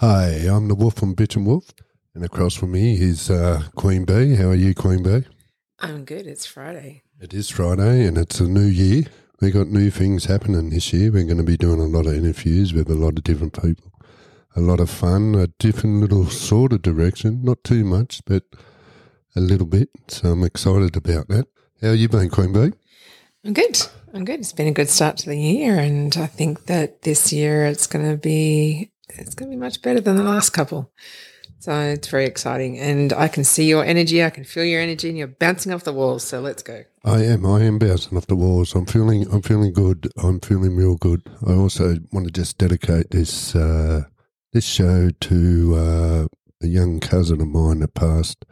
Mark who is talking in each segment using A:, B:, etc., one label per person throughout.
A: I'm the Wolf from Bitch and Wolf, and across from me is uh, Queen Bee. How are you, Queen Bee?
B: I'm good. It's Friday.
A: It is Friday, and it's a new year. We got new things happening this year. We're going to be doing a lot of interviews with a lot of different people, a lot of fun, a different little sort of direction. Not too much, but a little bit. So I'm excited about that. How you been, Queen Bee?
B: I'm good. I'm good. It's been a good start to the year, and I think that this year it's going to be it's going to be much better than the last couple. So it's very exciting, and I can see your energy. I can feel your energy, and you're bouncing off the walls. So let's go.
A: I am. I am bouncing off the walls. I'm feeling. I'm feeling good. I'm feeling real good. I also want to just dedicate this uh, this show to uh, a young cousin of mine that passed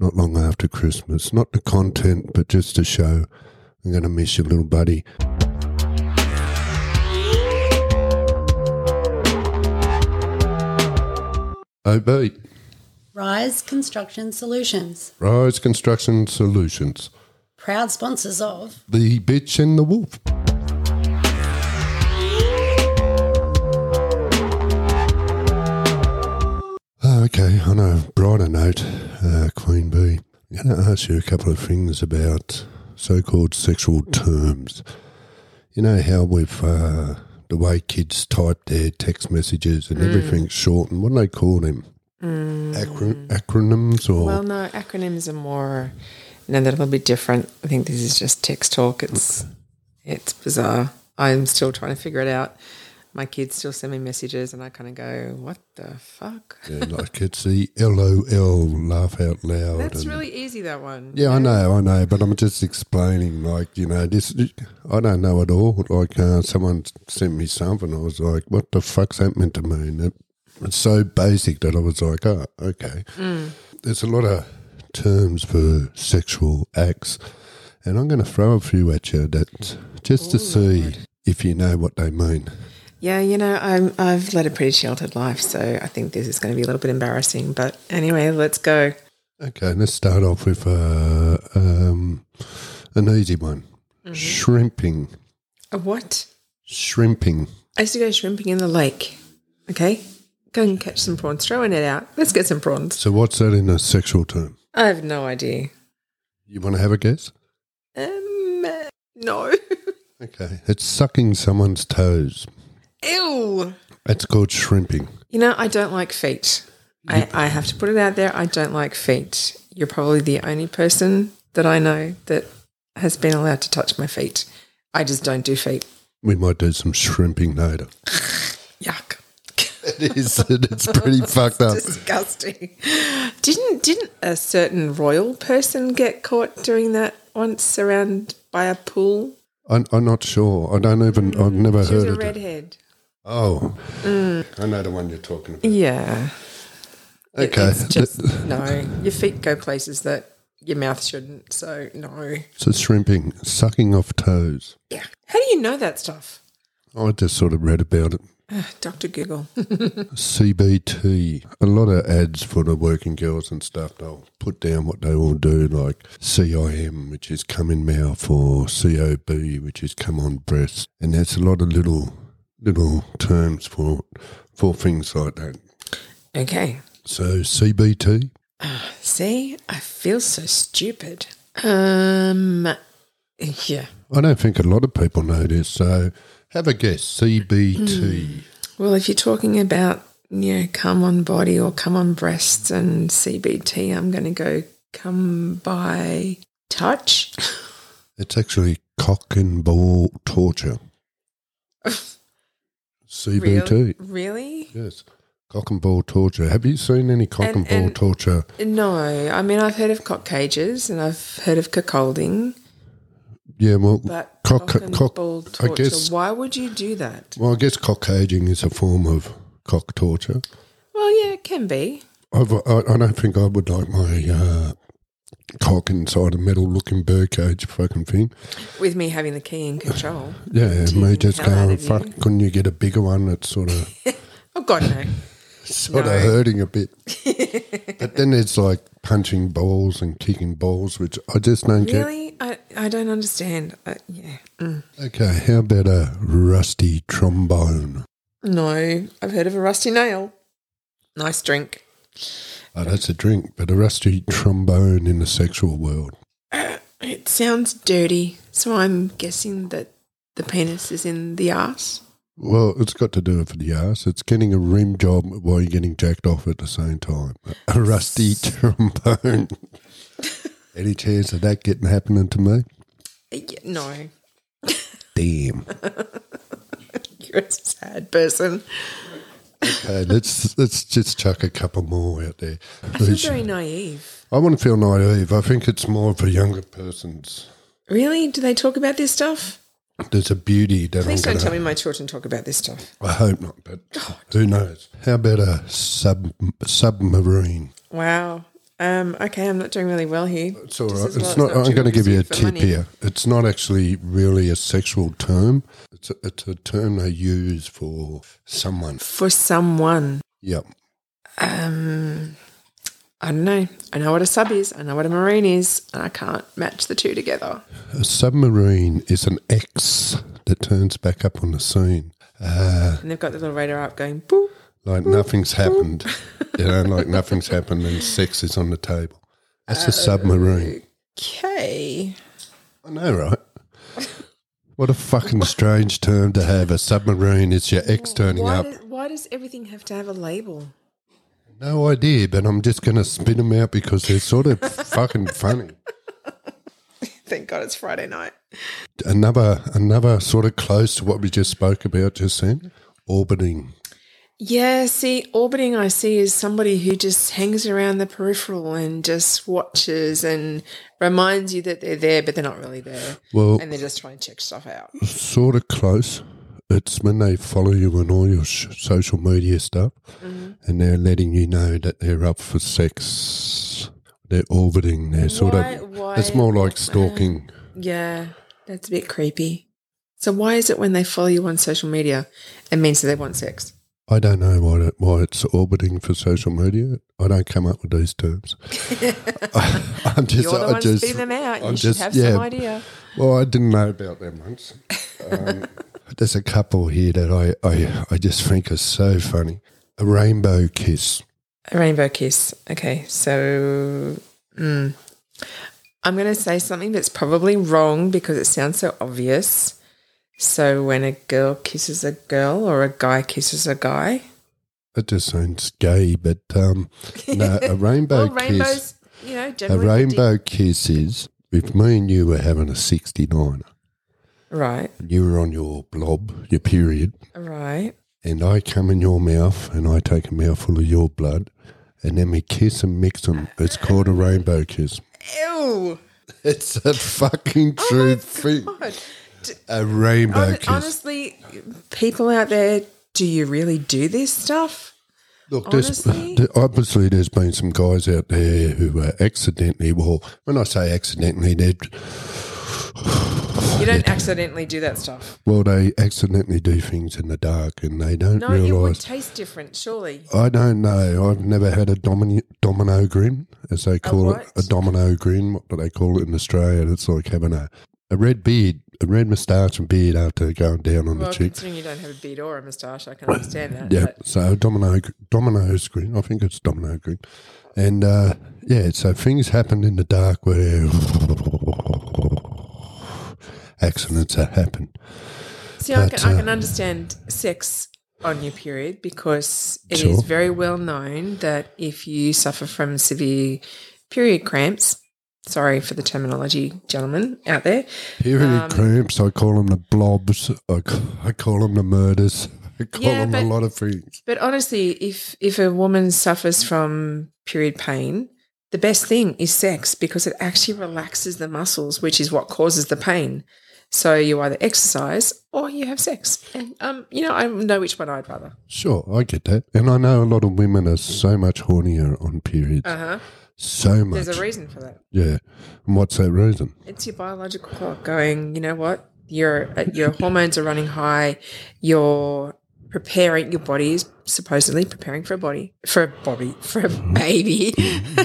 A: not long after Christmas. Not the content, but just the show. I'm going to miss you, little buddy. OB
C: Rise Construction Solutions,
A: Rise Construction Solutions.
C: proud sponsors of
A: The Bitch and the Wolf. Oh, okay, on a brighter note, uh, Queen Bee, I'm going to ask you a couple of things about so called sexual terms. You know how we've, uh, the way kids type their text messages
B: Mm.
A: and everything's short, and what do they call them? Acro- acronyms or
B: Well, no, acronyms are more no, they're a little bit different. I think this is just text talk. It's it's bizarre. I'm still trying to figure it out. My kids still send me messages, and I kind of go, "What the fuck?"
A: Yeah, like it's the LOL, laugh out loud.
B: That's
A: and-
B: really easy. That one.
A: Yeah, I know, I know, but I'm just explaining, like, you know, this, I don't know at all. Like, uh, someone sent me something, I was like, what the fuck's that meant to mean? It, it's so basic that I was like, oh, okay. There's a lot of terms for sexual acts, and I'm going to throw a few at you that just to see if you know what they mean.
B: Yeah, you know, I'm, I've led a pretty sheltered life, so I think this is going to be a little bit embarrassing. But anyway, let's go.
A: Okay, let's start off with uh, um, an easy one shrimping.
B: A What?
A: Shrimping.
B: I used to go shrimping in the lake. Okay, go and catch some prawns. Throw a net out. Let's get some prawns.
A: So, what's that in a sexual term?
B: I have no idea.
A: You want to have a guess?
B: Um, uh, no.
A: Okay. It's sucking someone's toes.
B: Ew.
A: It's called shrimping.
B: You know, I don't like feet. I, I have to put it out there. I don't like feet. You're probably the only person that I know that has been allowed to touch my feet. I just don't do feet.
A: We might do some shrimping later.
B: Yuck.
A: It is. It's pretty fucked up.
B: disgusting. Didn't didn't a certain royal person get caught doing that once around by a pool?
A: I'm, I'm not sure. I don't even. I've never
B: She was
A: heard
B: a
A: of it.
B: redhead.
A: Oh,
B: Mm.
A: I know the one you're talking about.
B: Yeah.
A: Okay.
B: It's just no. Your feet go places that your mouth shouldn't. So no.
A: So shrimping, sucking off toes.
B: Yeah. How do you know that stuff?
A: I just sort of read about it.
B: Doctor Google.
A: CBT. A lot of ads for the working girls and stuff. They'll put down what they all do, like CIM, which is come in mouth, or COB, which is come on breast. And there's a lot of little little terms for for things like that.
B: okay.
A: So CBT.
B: See, I feel so stupid. Um. Yeah.
A: I don't think a lot of people know this. So have a guess. CBT.
B: Well, if you're talking about, you know, come on body or come on breasts and CBT, I'm going to go come by touch.
A: It's actually cock and ball torture. CBT.
B: Really? really?
A: Yes. Cock and ball torture. Have you seen any cock and,
B: And-
A: ball
B: and-
A: torture?
B: No. I mean, I've heard of cock cages and I've heard of cuckolding,
A: Yeah, well,
B: but
A: cock,
B: cock, and
A: cock-
B: ball torture.
A: I guess,
B: Why would you do that?
A: well, I guess cock caging is a form of cock torture.
B: Well, yeah, it can be.
A: I've, I, I don't think I would like my uh, cock inside a metal looking bird cage fucking thing.
B: With me having the key in control.
A: Yeah, me just
B: hell out
A: going,
B: of you.
A: fuck, couldn't you get a bigger one that's sort of.
B: Oh, God, no.
A: sort
B: No.
A: of hurting a bit. but then there's like punching balls and kicking balls, which I just don't
B: really? I, I don't understand. Uh, yeah. Mm.
A: get. Okay, how about a rusty trombone?
B: No. I've heard of a rusty nail. Nice drink.
A: Oh, that's a drink, but a rusty trombone in the sexual world.
B: It sounds dirty, so I'm guessing that the penis is in the ass.
A: Well, it's got to do it for the ass. It's getting a rim job while you're getting jacked off at the same time. A rusty trombone. Any chance of that getting happening to me?
B: No,
A: Damn.
B: you're a sad person.
A: Okay, let's let's just chuck a couple more out there.
B: You're very naive.
A: I want to feel naive. I think it's more for younger persons.
B: Really? Do they talk about this stuff?
A: There's a beauty that
B: Please
A: I'm
B: don't
A: gonna,
B: tell me my children talk about this stuff.
A: I hope not, but who knows? How about a sub submarine?
B: Wow. Um, okay, I'm not doing really well here.
A: It's all
B: This
A: right.
B: is why
A: It's not. I'm
B: doing
A: going to give you a
B: for
A: tip
B: money.
A: here. It's not actually really a sexual term. It's a, it's a term they use for someone.
B: For someone.
A: Yep.
B: Um, I don't know. I know what a sub is. I know what a marine is, and I can't match the two together.
A: A submarine is an X that turns back up on the scene. Uh,
B: And they've got the little radar up going boop.
A: like nothing's happened. you know, like nothing's happened and sex is on the table.
B: Uh,
A: That's a submarine.
B: Okay.
A: I know, right? What a fucking strange term to have. A submarine is your X turning
B: Why,
A: up.
B: does, why does everything have to have a label?
A: No idea, but I'm just going to spit them out because they're sort of fucking funny.
B: Thank God it's Friday night.
A: Another, another sort of close to what we just spoke about just then. Orbiting.
B: Yeah, see, orbiting I see is somebody who just hangs around the peripheral and just watches and reminds you that they're there, but they're not really there.
A: Well,
B: And they're just trying to check stuff out.
A: sort of close. It's when they follow you on all your sh- social media stuff
B: Mm-hmm.
A: and they're letting you know that they're up for sex. They're orbiting. They're sort
B: Why-
A: of.
B: why-
A: It's more like stalking.
B: Yeah, that's a bit creepy. So why is it when they follow you on social media, it means that they want sex?
A: I don't know why, it, why it's orbiting for social media. I don't come up with these terms. I, am just.
B: You're the
A: I
B: one
A: just.
B: spitting them out. You
A: I'm
B: should
A: just-
B: have
A: yeah.
B: some idea.
A: Well, I didn't know about them once. Um, there's a couple here that I, I, I just think are so funny. A rainbow kiss.
B: A rainbow kiss. Okay, so mm, I'm going to say something that's probably wrong because it sounds so obvious. So when a girl kisses a girl or a guy kisses a guy,
A: That just sounds gay, but um, no, a rainbow
B: well,
A: kiss.
B: rainbows, you know,
A: A
B: generally
A: rainbow kiss is if me and you were having a 69,
B: right,
A: and you were on your blob, your period,
B: right.
A: and I come in your mouth and I take a mouthful of your blood, and then we kiss and mix them. It's called a rainbow kiss.
B: Ew. Oh
A: It's a fucking true thing.
B: God.
A: A rainbow
B: Hon-
A: kiss.
B: honestly, people out there, do you really do this stuff?
A: Look, there's,
B: Honestly?
A: there- obviously, there's been some guys out there who are accidentally, well, when I say accidentally, they're
B: You don't accidentally do that stuff.
A: Well, they accidentally do things in the dark and they don't
B: No, it would
A: realise.
B: taste different, surely.
A: I don't know. I've never had a domino, domino grin, as they call it. A
B: what?
A: domino grin. What do they call it in Australia? It's like having a, a red beard, a red moustache and beard after going down on
B: Well,
A: the cheek.
B: considering you don't have a beard or a moustache, I can understand that.
A: Yeah.
B: but-
A: So a domino, domino's grin. I think it's domino grin. And uh, yeah, so things happen in the dark where accidents are happen.
B: See, I
A: But,
B: can, I
A: uh,
B: can understand sex on your period because it is
A: Sure.
B: very well known that if you suffer from severe period cramps, sorry for the terminology, gentlemen out there,
A: Period
B: Um,
A: cramps. I call them the blobs. I, c- I call them the murders. I call
B: Yeah,
A: them a
B: but-
A: lot of things.
B: But honestly, if if a woman suffers from period pain, the best thing is sex because it actually relaxes the muscles, which is what causes the pain. So you either exercise or you have sex, and um, you know I know which one I'd rather.
A: Sure, I get that, and I know a lot of women are so much hornier on periods.
B: Uh huh.
A: so much.
B: There's a reason for that.
A: yeah. And what's that reason?
B: It's your biological clock going. You know what? Your uh, your hormones are running high. You're preparing your body is supposedly preparing for a body for a body for a baby.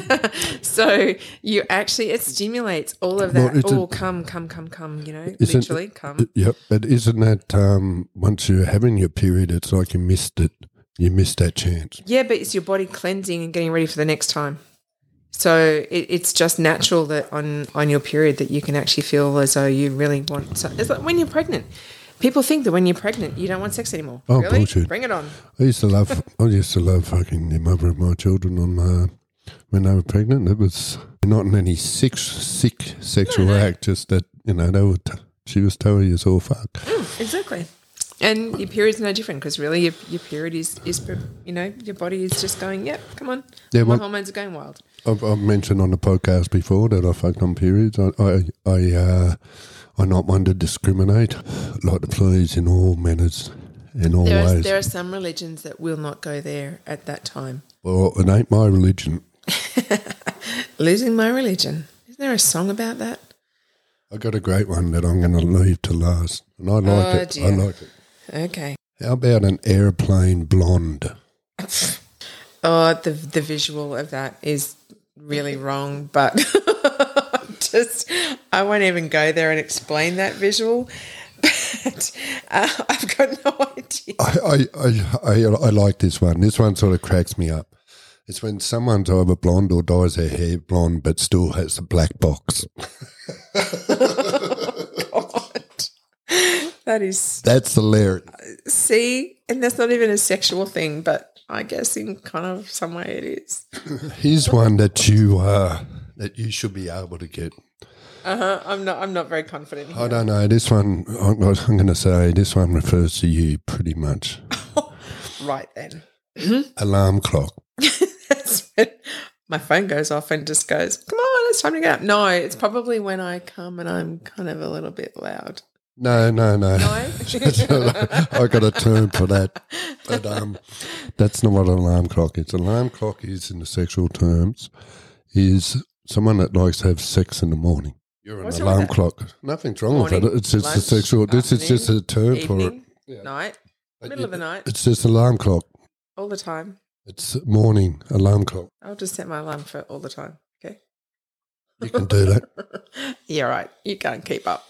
B: so you actually it stimulates all of
A: Well,
B: that.
A: it's a-
B: oh, come, come, come, come. You know,
A: Isn't-
B: literally come.
A: Yep. But isn't that um, once you're having your period, it's like you missed it. You missed that chance.
B: Yeah, but it's your body cleansing and getting ready for the next time. So it, it's just natural that on on your period that you can actually feel as though you really want. So it's like when you're pregnant. People think that when you're pregnant, you don't want sex anymore.
A: Oh,
B: really?
A: bullshit.
B: Bring it on.
A: I used to love. I used to love fucking the mother of my children on my when they were pregnant. It was not in any sick, sick sexual act. Just that you know they were. T- she was totally as all fuck.
B: Exactly. And your period's no different because really your, your period is, is, pre- you know, your body is just going, yep, come on.
A: Yeah,
B: My
A: well-
B: hormones are going wild.
A: I've, I've mentioned on the podcast before that I fucked on periods. I I I, uh, I not one to discriminate, like the police in all manners, in all
B: There are,
A: ways.
B: there are some religions that will not go there at that time.
A: Well, it ain't my religion.
B: Losing my religion. Isn't there a song about that?
A: I got a great one that I'm going to leave to last, and I like
B: Oh,
A: it. I
B: dear.
A: like it.
B: Okay.
A: How about an airplane blonde?
B: Oh, the the visual of that is really wrong, but just I won't even go there and explain that visual. But uh, I've got no idea.
A: I, I, I, I, I like this one. This one sort of cracks me up. It's when someone's either blonde or dyes their hair blonde, but still has the black box.
B: That is
A: That's hilarious.
B: see, and that's not even a sexual thing, but I guess in kind of some way it is.
A: Here's one that you uh, that you should be able to get.
B: Uh-huh. I'm not. I'm not very confident.
A: I don't know. This one, I'm, I'm going to say this one refers to you pretty much.
B: Right then,
A: Alarm clock.
B: that's when my phone goes off and just goes, "Come on, it's time to get up." No, it's probably when I come and I'm kind of a little bit loud.
A: No, no, no.
B: No?
A: I got a term for that, but um, that's not what an alarm clock is. An alarm clock is, in the sexual terms, is someone that likes to have sex in the morning. You're an
B: What's wrong with
A: alarm
B: that?
A: clock. Nothing's wrong with
B: Morning,
A: it. It's just a
B: lunch,
A: sexual. This is just a term for it.
B: evening, night,
A: But
B: middle of
A: you-
B: the night,
A: Uh, It's just alarm clock.
B: all the time.
A: It's morning alarm clock.
B: I'll just set my alarm for all the time. Okay.
A: You can do that.
B: Yeah, right. You can't keep up.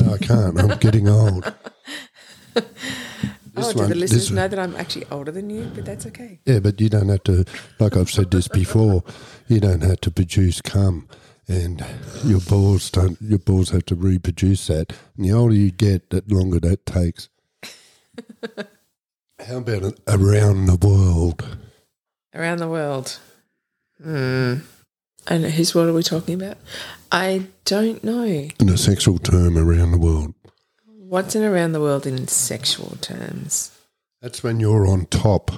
A: No, I can't. I'm getting old. This
B: oh,
A: one-
B: do the
A: this
B: listeners
A: one-
B: know that I'm actually older than you? But that's okay.
A: Yeah, but you don't have to, like I've said this before, you don't have to produce cum, and your balls don't. Your balls have to reproduce that. And the older you get, the longer that takes. How about an around the world?
B: Around the world. Hmm. And whose world are we talking about? I don't know.
A: In a sexual term, around the world.
B: What's in around the world in sexual terms?
A: That's when you're on top,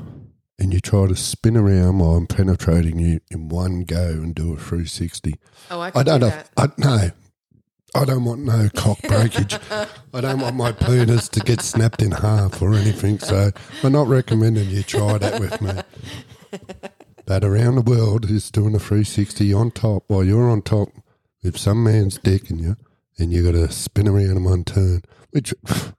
A: and you try to spin around while I'm penetrating you in one go and do a 360.
B: Oh, I can
A: I don't
B: do
A: know.
B: that.
A: I, no, I don't want no cock breakage. I don't want my penis to get snapped in half or anything. So I'm not recommending you try that with me. But around the world, is doing a 360 on top while you're on top with some man's dick in you, and you got to spin around in one turn, which,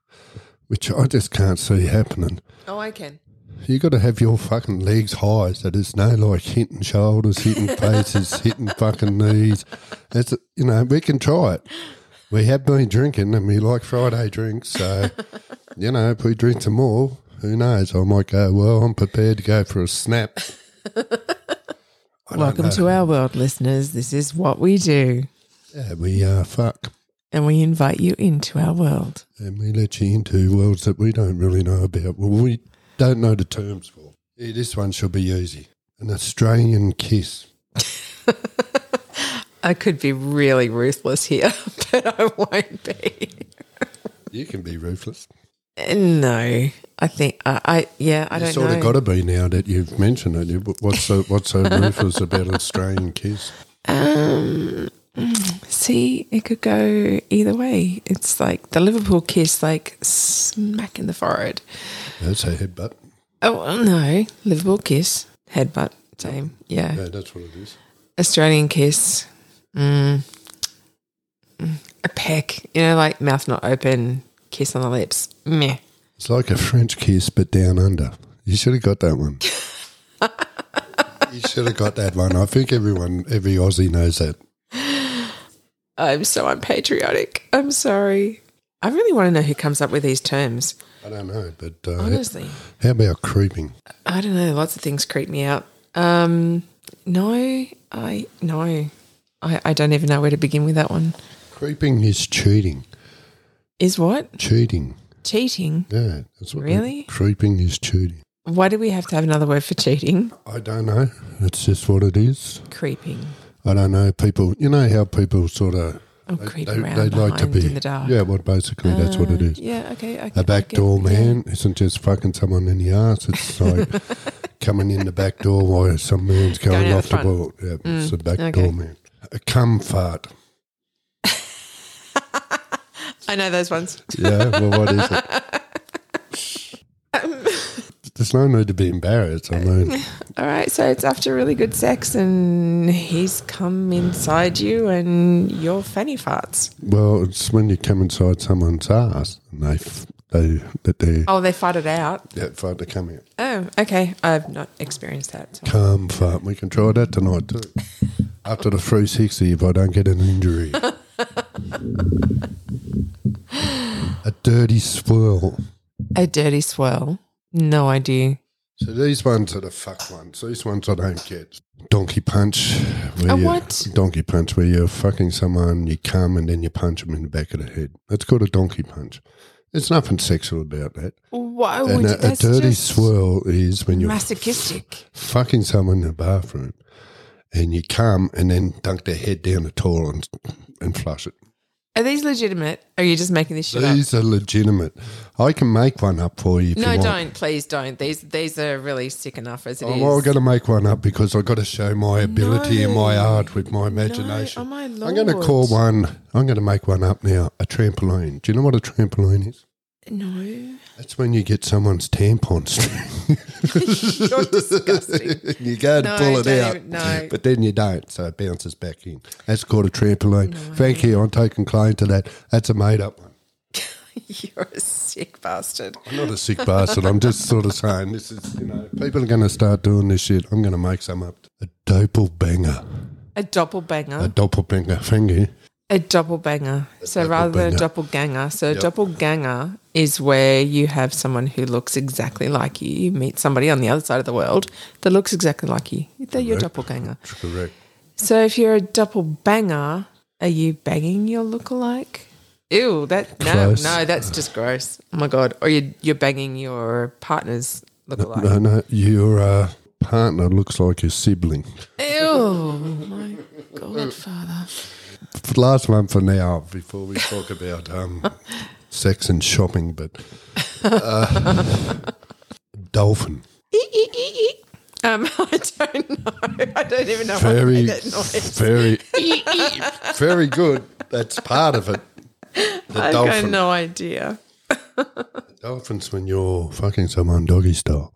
A: which I just can't see happening.
B: Oh, I can.
A: You got to have your fucking legs high, so there's no like hitting shoulders, hitting faces, hitting fucking knees. That's you know we can try it. We have been drinking, and we like Friday drinks, so you know if we drink some more, who knows? I might go. Well, I'm prepared to go for a snap.
B: Welcome to our world, listeners. This is what we do,
A: Yeah, we uh, fuck,
B: and we invite you into our world.
A: and we let you into worlds that we don't really know about. Well, we don't know the terms for. Yeah, this one should be easy. An Australian kiss.
B: I could be really ruthless here, but I won't be.
A: You can be ruthless.
B: No, I think I, I yeah, I
A: You
B: don't
A: sort
B: know.
A: of got to be now that you've mentioned it. You- What's so what's so ruthless about an Australian kiss?
B: um, see, it could go either way. It's like the Liverpool kiss, like smack in the forehead.
A: That's a headbutt.
B: Oh well, no, Liverpool kiss, headbutt, same. Yeah,
A: Yeah, that's what it is.
B: Australian kiss, mm, Mm, a peck. You know, like mouth not open, kiss on the lips. Meh.
A: It's like a French kiss, but down under. You should have got that one. you should have got that one. I think everyone, every Aussie knows that.
B: I'm so unpatriotic. I'm sorry. I really want to know who comes up with these terms.
A: I don't know, but uh,
B: Honestly,
A: how about creeping?
B: I don't know. Lots of things creep me out. Um, no, I no, I, I don't even know where to begin with that one.
A: Creeping is cheating.
B: Is what
A: Cheating.
B: cheating?
A: Yeah, that's what.
B: Really?
A: Creeping is cheating.
B: Why do we have to have another word for cheating?
A: I don't know. It's just what it is.
B: Creeping.
A: I don't know. People, you know how people sort of
B: Oh, creep around behind in the dark.
A: Yeah, well, basically that's what it
B: Uh,
A: is.
B: Yeah. Okay. I,
A: A back door man isn't just fucking someone in the ass. It's like coming in the back door while some man's going,
B: Going out
A: off
B: the
A: the
B: front. Mm,
A: boat. Yeah, it's a back
B: okay.
A: door man. A cum fart.
B: I know those ones.
A: Yeah, well, what is it? There's no need to be embarrassed. I mean,
B: All right. So it's after really good sex, and he's come inside you, and your fanny farts.
A: well, it's when you come inside someone's ass and they f- they that they
B: Oh, they fart it out.
A: yeah, fart to come out.
B: Oh, okay. I've not experienced that. so-
A: Cum fart. We can try that tonight too. After the 360, if I don't get an injury. A dirty swirl.
B: A dirty swirl. No idea.
A: So these ones are the fuck ones. These ones I don't get. Donkey punch. Where
B: A
A: you,
B: what?
A: Donkey punch, where you're fucking someone, you come and then you punch them in the back of the head. That's called a donkey punch. There's nothing sexual about that.
B: Why would
A: and
B: you?
A: a, a
B: that's
A: dirty
B: just
A: swirl is when you're
B: Masochistic.
A: fucking someone in the bathroom and you come and then dunk their head down the toilet and, and flush it.
B: Are these legitimate? Or are you just making this shit
A: These are legitimate. I can make one up for you. If
B: up? No,
A: you want.
B: don't. Please don't. These these are really sick enough as it is.
A: I'm all going to make one up because I've got to show my ability and my
B: No.
A: art with my
B: oh
A: imagination.
B: my
A: I'm going to call
B: lord.
A: one, I'm going to make one up now a trampoline. Do you know what a trampoline is?
B: No.
A: That's when you get someone's tampon string.
B: You're disgusting.
A: you go and
B: No,
A: pull it
B: don't
A: out,
B: even- no.
A: but then you don't, so it bounces back in. That's called a trampoline. Thank you. I'm taking claim to that. That's a made up one.
B: You're a sick bastard.
A: I'm not a sick bastard. I'm just sort of saying this is, you know, people are going to start doing this shit. I'm going to make some up. A doppelbanger.
B: A
A: A
B: doppelbanger.
A: doppelbanger finger.
B: A doppelbanger. So rather than a doppelganger. So a doppelganger is where you have someone who looks exactly like you. You meet somebody on the other side of the world that looks exactly like you. They're your doppelganger.
A: Correct.
B: So if you're a doppelbanger, are you banging your lookalike? Ew, that no,
A: Close.
B: no, that's just gross. Oh my god. Or you you're banging your partner's lookalike.
A: No, no, your uh, partner looks like your sibling.
B: Ew, my godfather.
A: Last one for now before we talk about um, sex and shopping, but uh, dolphin.
B: Um, I don't know. I don't even know why I
A: Very,
B: made that noise.
A: very, very good. That's part of it. The
B: I've got
A: dolphin.
B: no idea.
A: Dolphins when you're fucking someone doggy style,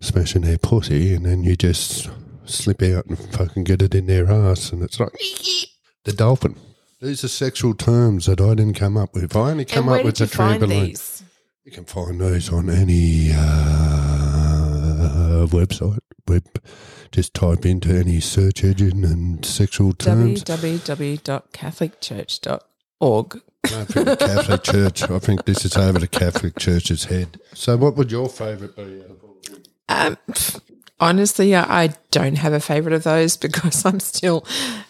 A: smashing their pussy, and then you just slip out and fucking get it in their ass, and it's like the dolphin. These are sexual terms that I didn't come up with. I only come
B: and where
A: up with
B: did you
A: the
B: find
A: trampoline.
B: these?
A: You can find these on any uh, website. Web, just type into any search engine and sexual terms.
B: www.catholicchurch.org.
A: I think the Catholic Church. I think this is over the Catholic Church's head. So, what would your favourite be? uh, out of all of them?
B: Um, pff, honestly, I I don't have a favorite of those because I'm still,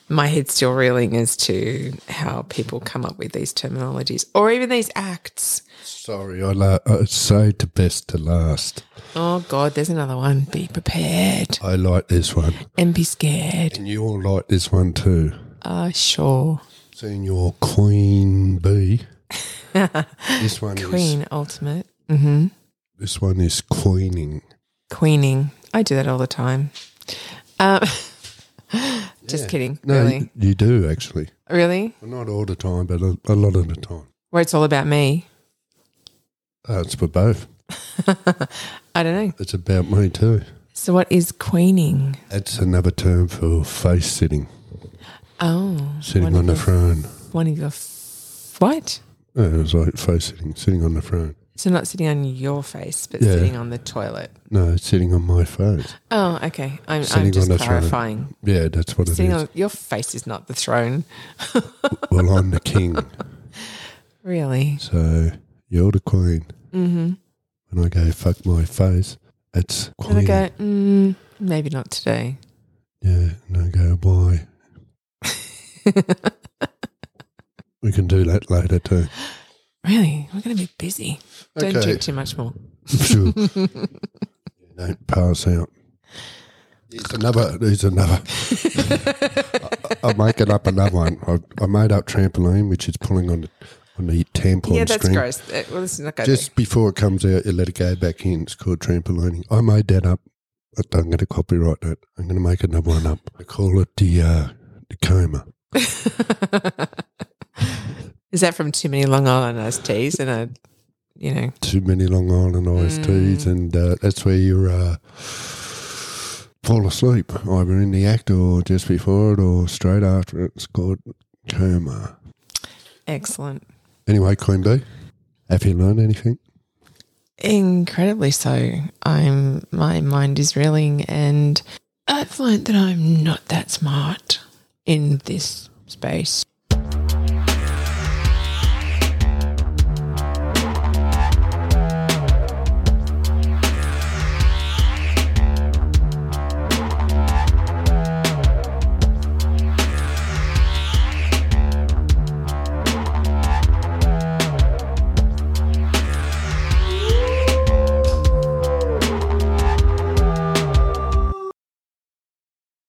B: my head's still reeling as to how people come up with these terminologies or even these acts.
A: Sorry, I, la- I say to best to last.
B: Oh, God, there's another one. Be prepared
A: I like this one.
B: and be scared.
A: And you all like this one too.
B: Uh, sure.
A: Seeing your queen bee. this one is
B: Queen Ultimate. Mm-hmm.
A: this one is queening.
B: Queening. I do that all the time. Um, just kidding.
A: No,
B: really?
A: you, you do actually.
B: really?
A: Well, not all the time, but a, a lot of the time.
B: Where it's all about me.
A: Uh, it's for both.
B: I don't know.
A: It's about me too.
B: So, what is queening?
A: That's another term for face sitting,
B: Oh,
A: sitting
B: one
A: on the
B: of your,
A: throne.
B: one of your f- what?
A: Yeah, it was like face sitting, sitting on the throne.
B: So not sitting on your face, but
A: Yeah.
B: sitting on the toilet.
A: No, it's sitting on my face.
B: Oh, okay. I'm, I'm
A: Sitting
B: just
A: on the throne.
B: clarifying.
A: Yeah, that's what it is.
B: Sitting on your face is not the throne.
A: Well, I'm the king.
B: Really?
A: So you're the queen.
B: Mm-hmm.
A: When I go fuck my face, it's
B: And I
A: queen.
B: go, mm, maybe not today.
A: Yeah, and I go, why? We can do that later too.
B: really? We're going to be busy. Don't drink too much more.
A: Phew. Don't pass out. It's another. It's another. I'm making up another one. I, I made up trampoline, which is pulling on on the tampon
B: yeah, that's
A: string.
B: gross. That- well, this is not going
A: Just before it comes out, you let it go back in. It's called trampolining. I made that up. I- I'm going to copyright that. I'm going to make another one up. I call it the uh, the coma.
B: Is that from too many Long Island iced teas and a, you know,
A: Too many Long Island iced teas, and uh, that's where you uh, fall asleep, either in the act or just before it or straight after it. It's called coma.
B: excellent,
A: Anyway, Queen Bee, have you learned anything?
B: incredibly so. I'm my mind is reeling, and I've learned that I'm not that smart in this space.